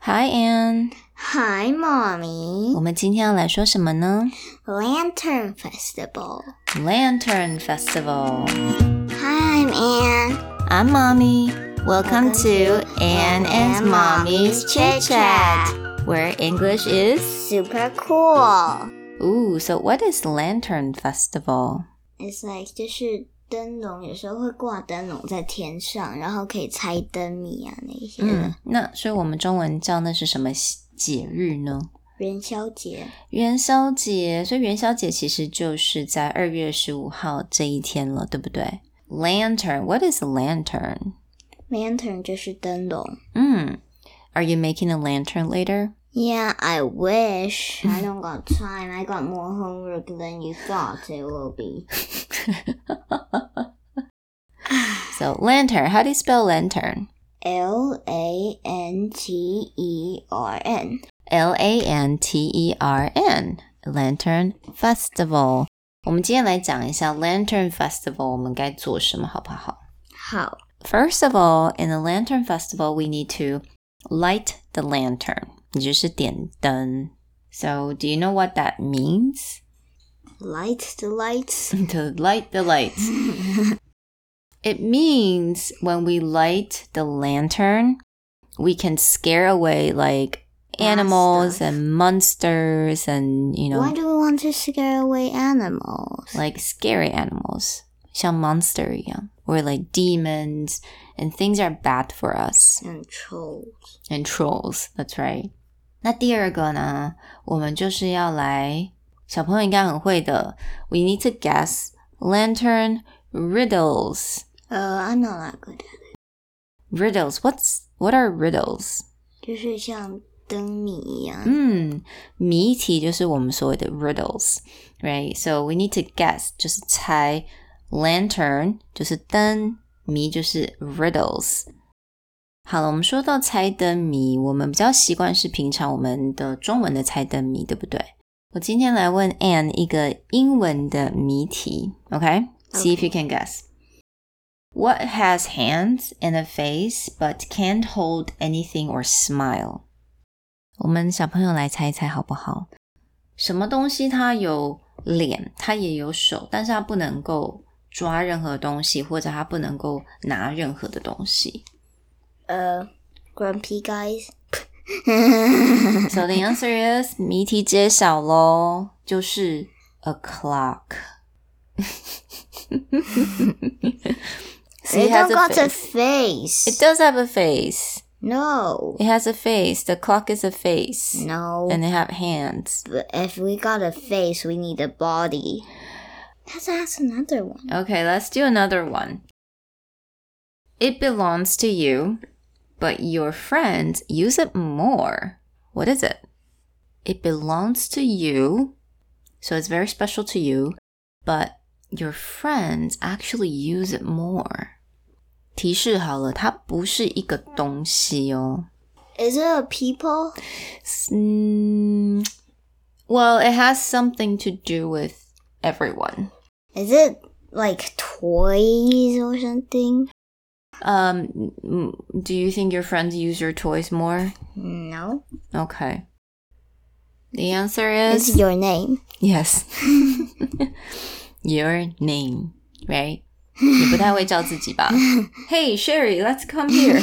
Hi Anne， Hi, Mommy. 我们今天要来说什么呢 Lantern Festival. ？Lantern Festival。 Hi, I'm Anne. I'm Mommy. Welcome to Anne and Mommy's Chit Chat, where English is. Super cool. Ooh, so what is Lantern Festival? It's like 就是灯笼，有时候会挂灯笼在天上，然后可以猜灯谜啊那一些的。嗯，那所以我们中文叫那是什么节日呢？元宵节，元宵节，所以元宵节其实就是在二月十五号这一天了，对不对？Lantern，what is a lantern？ lantern 就是灯笼。嗯，Are you making a lantern later？ Yeah, I wish. I don't got time. I got more homework than you thought it will be. So lantern, how do you spell lantern? L A N T E R N. L A N T E R N Lantern Festival。我们今天来讲一下 Lantern Festival，我们该做什么，好不好好， ？First of all, in the Lantern Festival, we need to light the lantern，也就是点灯。So, do you know what that means? Light the lights. to light the lights. it means when we light the lantern, we can scare away like animals Monsters. and monsters and you know Why do we want to scare away animals? like scary animals. 像 monster 一样, or like demons and things are bad for us. And trolls. and trolls. That's right. 那第二个呢，我们就是要来，小朋友应该很会的。We need to guess lantern riddles. Uh, I'm not that good at Riddles. What's what are riddles? it. 就是像灯谜一样。嗯，谜题就是我们所谓的 riddles, right? So we need to guess 就是猜 lantern 就是灯，谜就是 riddles。好了，我们说到猜灯谜，我们比较习惯是平常我们的中文的猜灯谜，对不对？我今天来问 Anne 一个英文的谜题，OK? See if you can guess. What has hands and a face but can't hold anything or smile? 我们小朋友来猜一猜好不好？什么东西它有脸，它也有手，但是它不能够抓任何东西，或者它不能够拿任何的东西。 Uh, grumpy guys. So the answer is 谜题揭晓喽，就是 a clock。So They it has don't a got a face. face. It does have a face. No. It has a face. The clock is a face, No. and it have hands. But if we got a face, we need a body. Let's ask another one. Okay, let's do another one. It belongs to you, but your friends use it more. What is it? It belongs to you, so it's very special to you, but your friends actually use it more. 提示好了，它不是一个东西哦。 Is it a people? Mm, well, it has something to do with everyone. Is it like toys or something? Um, mm, do you think your friends use your toys more? No. Okay. The answer It's is your name. yes. your name, right? 你不太会叫自己吧 ？Hey Sherry, let's come here.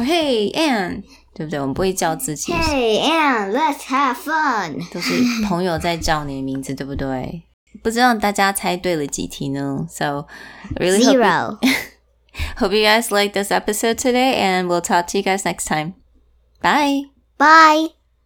Or, hey Anne，对不对？我们不会叫自己 Hey, and let's have fun. 都是朋友在叫你的名字，对不对？不知道大家猜对了几题呢？So really hope you, Zero. hope you guys like this episode today, and we'll talk to you guys next time. Bye. Bye.